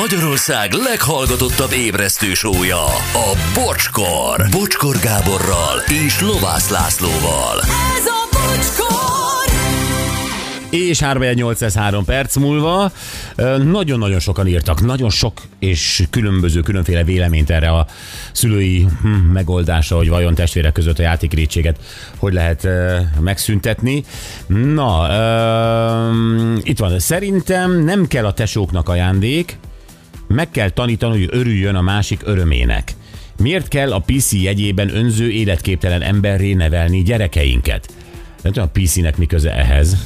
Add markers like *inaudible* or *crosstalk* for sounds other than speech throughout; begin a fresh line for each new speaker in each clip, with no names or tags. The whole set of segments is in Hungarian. Magyarország leghallgatottabb ébresztő sója, a Bocskor. Bocskor Gáborral és Lovász Lászlóval.
Ez a bocskor!
és 3803 perc múlva ö, nagyon-nagyon sokan írtak, nagyon sok és különböző, különféle véleményt erre a szülői hm, megoldásra, hogy vajon testvérek között a játékrétséget hogy lehet ö, megszüntetni. Na, ö, itt van, szerintem nem kell a tesóknak ajándék, meg kell tanítani, hogy örüljön a másik örömének. Miért kell a PC jegyében önző, életképtelen emberré nevelni gyerekeinket? Nem tudom, a PC-nek mi köze ehhez,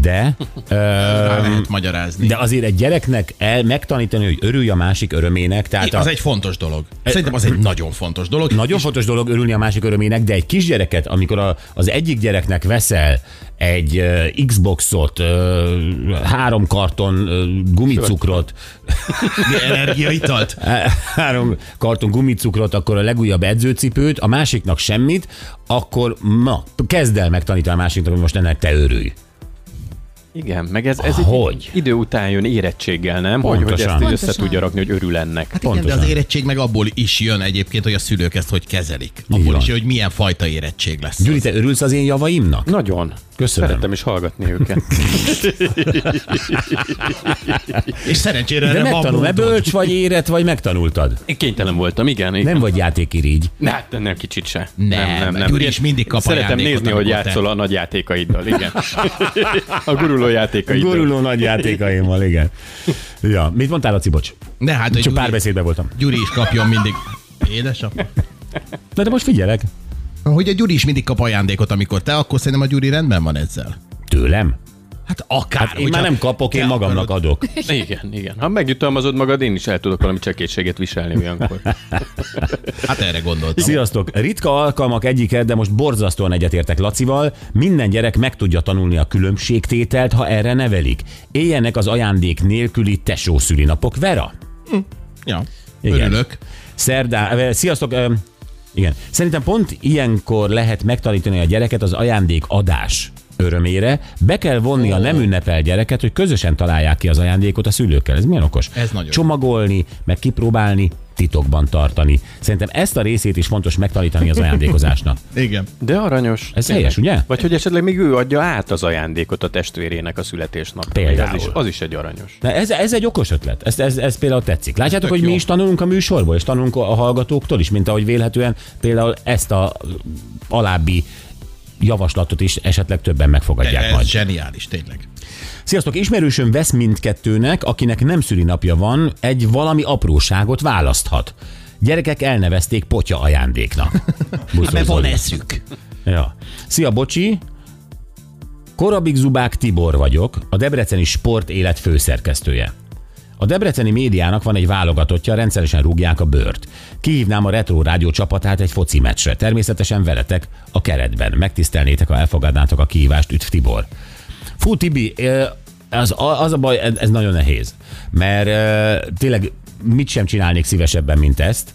de,
Rá lehet magyarázni.
Ehm, de azért egy gyereknek el megtanítani, hogy örülj a másik örömének, tehát
I- Az egy fontos dolog. Szerintem az egy nagyon fontos dolog.
hát Nagyon fontos dolog örülni a másik örömének, de egy kisgyereket, amikor a, az egyik gyereknek veszel egy uh, Xboxot, uh, három karton uh, gumicukrot, Hát,
Energiaitalt.
három karton gumicukrot, akkor a legújabb edzőcipőt, a másiknak semmit, akkor ma kezd el megtanítani a másiknak, hogy most ennek te örülj.
Igen, meg ez, ez
Hogy?
Egy idő után jön érettséggel, nem? Hogy, hogy
Pontosan.
ezt így össze
Pontosan.
tudja rakni, hogy örül ennek.
Hát igen, de az
Pontosan.
érettség meg abból is jön egyébként, hogy a szülők ezt hogy kezelik. Abból
van.
is, jön, hogy milyen fajta érettség lesz.
Gyuri, te örülsz az én javaimnak?
Nagyon.
Köszönöm.
Szerettem is hallgatni őket.
És szerencsére
De
erre van
megtanul, e
módod.
bölcs vagy érett, vagy megtanultad?
*laughs* Én kénytelen voltam, igen.
Nem vagy játékirigy.
Ne, hát nem kicsit se.
Nem, Gyuri is mindig kap
Szeretem
ajándékot,
nézni, hogy
amikor te-
játszol a nagy játékaiddal, igen. *laughs* A guruló játékaiddal.
Guruló
*laughs*
nagy játékaimmal, igen. Ja, mit mondtál, Laci, bocs?
Ne, hát, hogy
Csak
Gyuri,
párbeszédben voltam.
Gyuri is kapjon mindig... Édesapja.
Na de most figyelek.
Hogy a Gyuri is mindig kap ajándékot, amikor te, akkor szerintem a Gyuri rendben van ezzel.
Tőlem?
Hát akár.
Hát én már nem kapok, én
te
magamnak
akarod.
adok.
Igen, igen. Ha megjutalmazod magad, én is el tudok valami csekétséget viselni olyankor.
Hát erre gondoltam.
Sziasztok! Ritka alkalmak egyike, de most borzasztóan egyetértek Lacival. Minden gyerek meg tudja tanulni a különbségtételt, ha erre nevelik. Éljenek az ajándék nélküli tesó szülinapok. Vera?
Ja.
Igen.
Örülök.
Szerdá... eh, Sziasztok! öm, Igen. Szerintem pont ilyenkor lehet megtanítani a gyereket az ajándék adás örömére. Be kell vonni a nem ünnepel gyereket, hogy közösen találják ki az ajándékot a szülőkkel. Ez milyen okos?
Ez nagyon jó.
Csomagolni, meg kipróbálni, titokban tartani. Szerintem ezt a részét is fontos megtanítani az ajándékozásnak.
Igen.
De aranyos.
Ez
Tényleg.
helyes, ugye?
Vagy hogy esetleg még ő adja át az ajándékot a testvérének a születésnap.
Például.
Az is, az is egy aranyos.
Na ez, ez egy okos ötlet, ez, ez, ez például tetszik. Látjátok,
Tök
hogy mi
jó.
is tanulunk a műsorból, és tanulunk a hallgatóktól is, mint ahogy vélhetően például ezt a alábbi javaslatot is esetleg többen megfogadják
Ez
majd.
zseniális, tényleg.
Sziasztok, ismerősöm vesz mindkettőnek, akinek nem szülinapja van, egy valami apróságot választhat. Gyerekek elnevezték potya
*laughs*
ajándéknak.
Hát, Mert
Buszol
van
Zoli.
eszük.
Ja. Szia, bocsi! Korabik Zubák Tibor vagyok, a Debreceni Sport Élet főszerkesztője. A debreceni médiának van egy válogatottja, rendszeresen rúgják a bőrt. Kihívnám a Retro Rádió csapatát egy foci meccsre. Természetesen veletek a keretben. Megtisztelnétek, ha elfogadnátok a kihívást, üdv Tibor. Fú, Tibi, ö, az, az a baj, ez- ez nagyon nehéz. Mert ö, tényleg mit sem csinálnék szívesebben, mint ezt.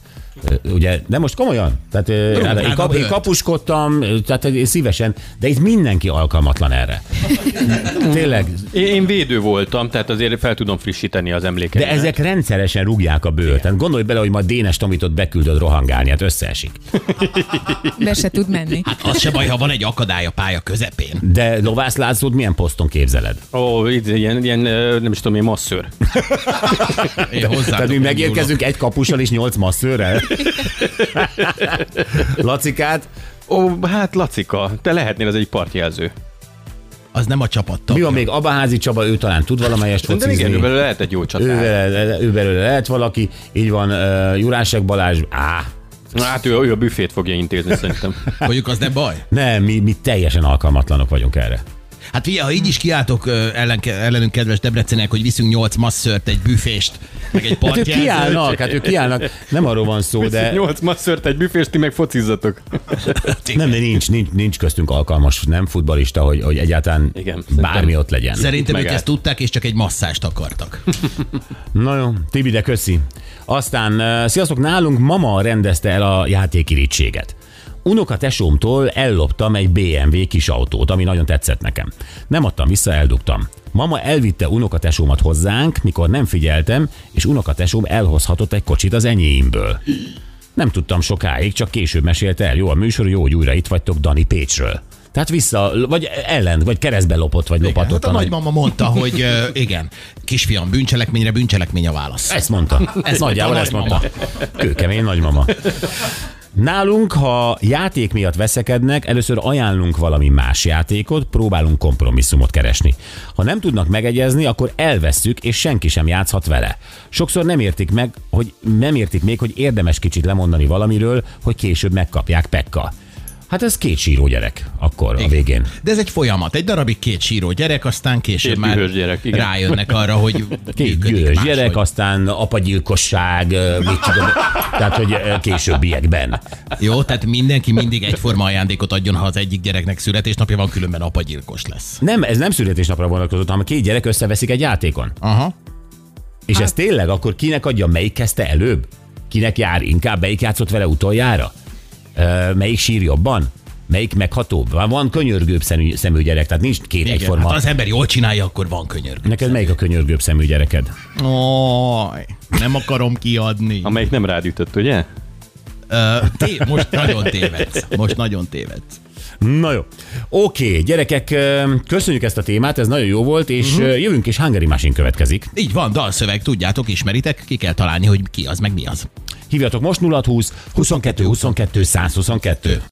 Ö, Ugye, de most komolyan. Tehát, ö, ráadásul én, kap, én kapuskodtam, ö, tehát én szívesen, de itt mindenki alkalmatlan erre. Tényleg,
Én, én védő voltam, tehát azért fel tudom frissíteni az emlékeimet.
de ezek rendszeresen rúgják a bőrt. Tehát gondolj bele, hogy ma Dénes Tomitot beküldöd rohangálni, hát összeesik.
Be se tud menni.
Hát
Az se baj, ha van egy akadály a pálya közepén.
De Lovász Lászlót milyen poszton képzeled?
Ó, itt ilyen, ilyen, ö, nem is tudom én, masször.
Én hozzá
Tehát mi megérkezünk egy kapussal és nyolc
*laughs*
masszőrrel? Lacikát,
Ó, hát Lacika, te lehetnél az egy partjelző.
Az nem a csapat
mi van még? Abaházi Csaba, ő talán tud valamelyest
De igen,
focizni.
ő belőle lehet egy jó csatár.
Ő, belőle- ő belőle lehet valaki, így van uh, Jurásek Balázs, á,
Na, Hát ő, ő a büfét fogja intézni szerintem.
*laughs* Mondjuk az nem baj.
nem, mi, mi teljesen alkalmatlanok vagyunk erre.
Hát figyelj, ha így is kiálltok ö, ellen, ellenünk, kedves Debrecenek, hogy viszünk nyolc masszört, egy büfést, meg egy
*laughs* Hát ők
partját.
kiállnak, hát ők kiállnak, nem arról van szó, de
Nyolc masszört, egy büfést, ti meg
*laughs*
focizzatok.
nem, de nincs, nincs, nincs köztünk alkalmas, nem futbalista, hogy, hogy egyáltalán
Igen,
igen,
szerintem-
bármi ott legyen.
Szerintem ők
Megállt.
ezt tudták, és csak egy masszást
*laughs*
akartak.
Na jó, Tibi, de köszi. Aztán, uh, sziasztok, nálunk mama rendezte el a játékirítséget. Unoka tesómtól elloptam egy BMW kis autót, ami nagyon tetszett nekem. Nem adtam vissza, eldugtam. Mama elvitte unokatesómat hozzánk, mikor nem figyeltem, és unokatesóm elhozhatott egy kocsit az enyémből. Nem tudtam sokáig, csak később mesélte el. Jó a műsor, jó, hogy újra itt vagytok Dani Pécsről. Tehát vissza, vagy ellen, vagy keresztbe lopott, vagy
Igen,
lopatott.
hát a
nagy-
nagymama mondta,
*laughs*
hogy ö, igen, kisfiam, bűncselekményre bűncselekmény a válasz.
Ezt mondta. Ezt nagyjából
mondta a
ezt mondta.
nagymama.
Kőkemény nagymama. Nálunk, ha játék miatt veszekednek, először ajánlunk valami más játékot, próbálunk kompromisszumot keresni. Ha nem tudnak megegyezni, akkor elvesszük, és senki sem játszhat vele. Sokszor nem értik meg, hogy nem értik még, hogy érdemes kicsit lemondani valamiről, hogy később megkapják Pekka. Hát ez két síró gyerek akkor a végén.
De ez egy folyamat. Egy darabig két síró gyerek, aztán később
Két
már
dühös gyerek, igen.
rájönnek arra,
*laughs*
hogy
Két
működik
győrös
máshogy.
gyerek, aztán apagyilkosság, ö, mit tudom, tehát hogy ö, későbbiekben.
Jó, tehát mindenki mindig egyforma ajándékot adjon, ha az egyik gyereknek születésnapja van, különben apagyilkos lesz.
Nem, ez nem születésnapra vonatkozott, hanem a két gyerek összeveszik egy játékon.
Aha.
És
Hát.
ez tényleg akkor kinek adja, melyik kezdte előbb? Kinek jár inkább, melyik játszott vele utoljára? Ö, melyik sír jobban? Melyik meghatóbb? Van, van könyörgőbb szemű, szemű gyerek, tehát nincs két Igen,
Igen, hát
egyforma.
ha
Hát
az ember jól csinálja, akkor van könyörg.
Neked melyik a könyörgőbb szemű gyereked?
Aj, nem akarom kiadni.
Amelyik nem rád ütött, ugye?
Ö, té- most nagyon tévedsz. Most nagyon tévedsz.
Na jó. Oké, gyerekek, ö, köszönjük ezt a témát, ez nagyon jó volt, és
Mhm.
uh-huh. jövünk, és Hungary Machine következik.
Így van, dalszöveg, tudjátok, ismeritek, ki kell találni, hogy ki az, meg mi az.
Hívjatok most 0620 22 22 122.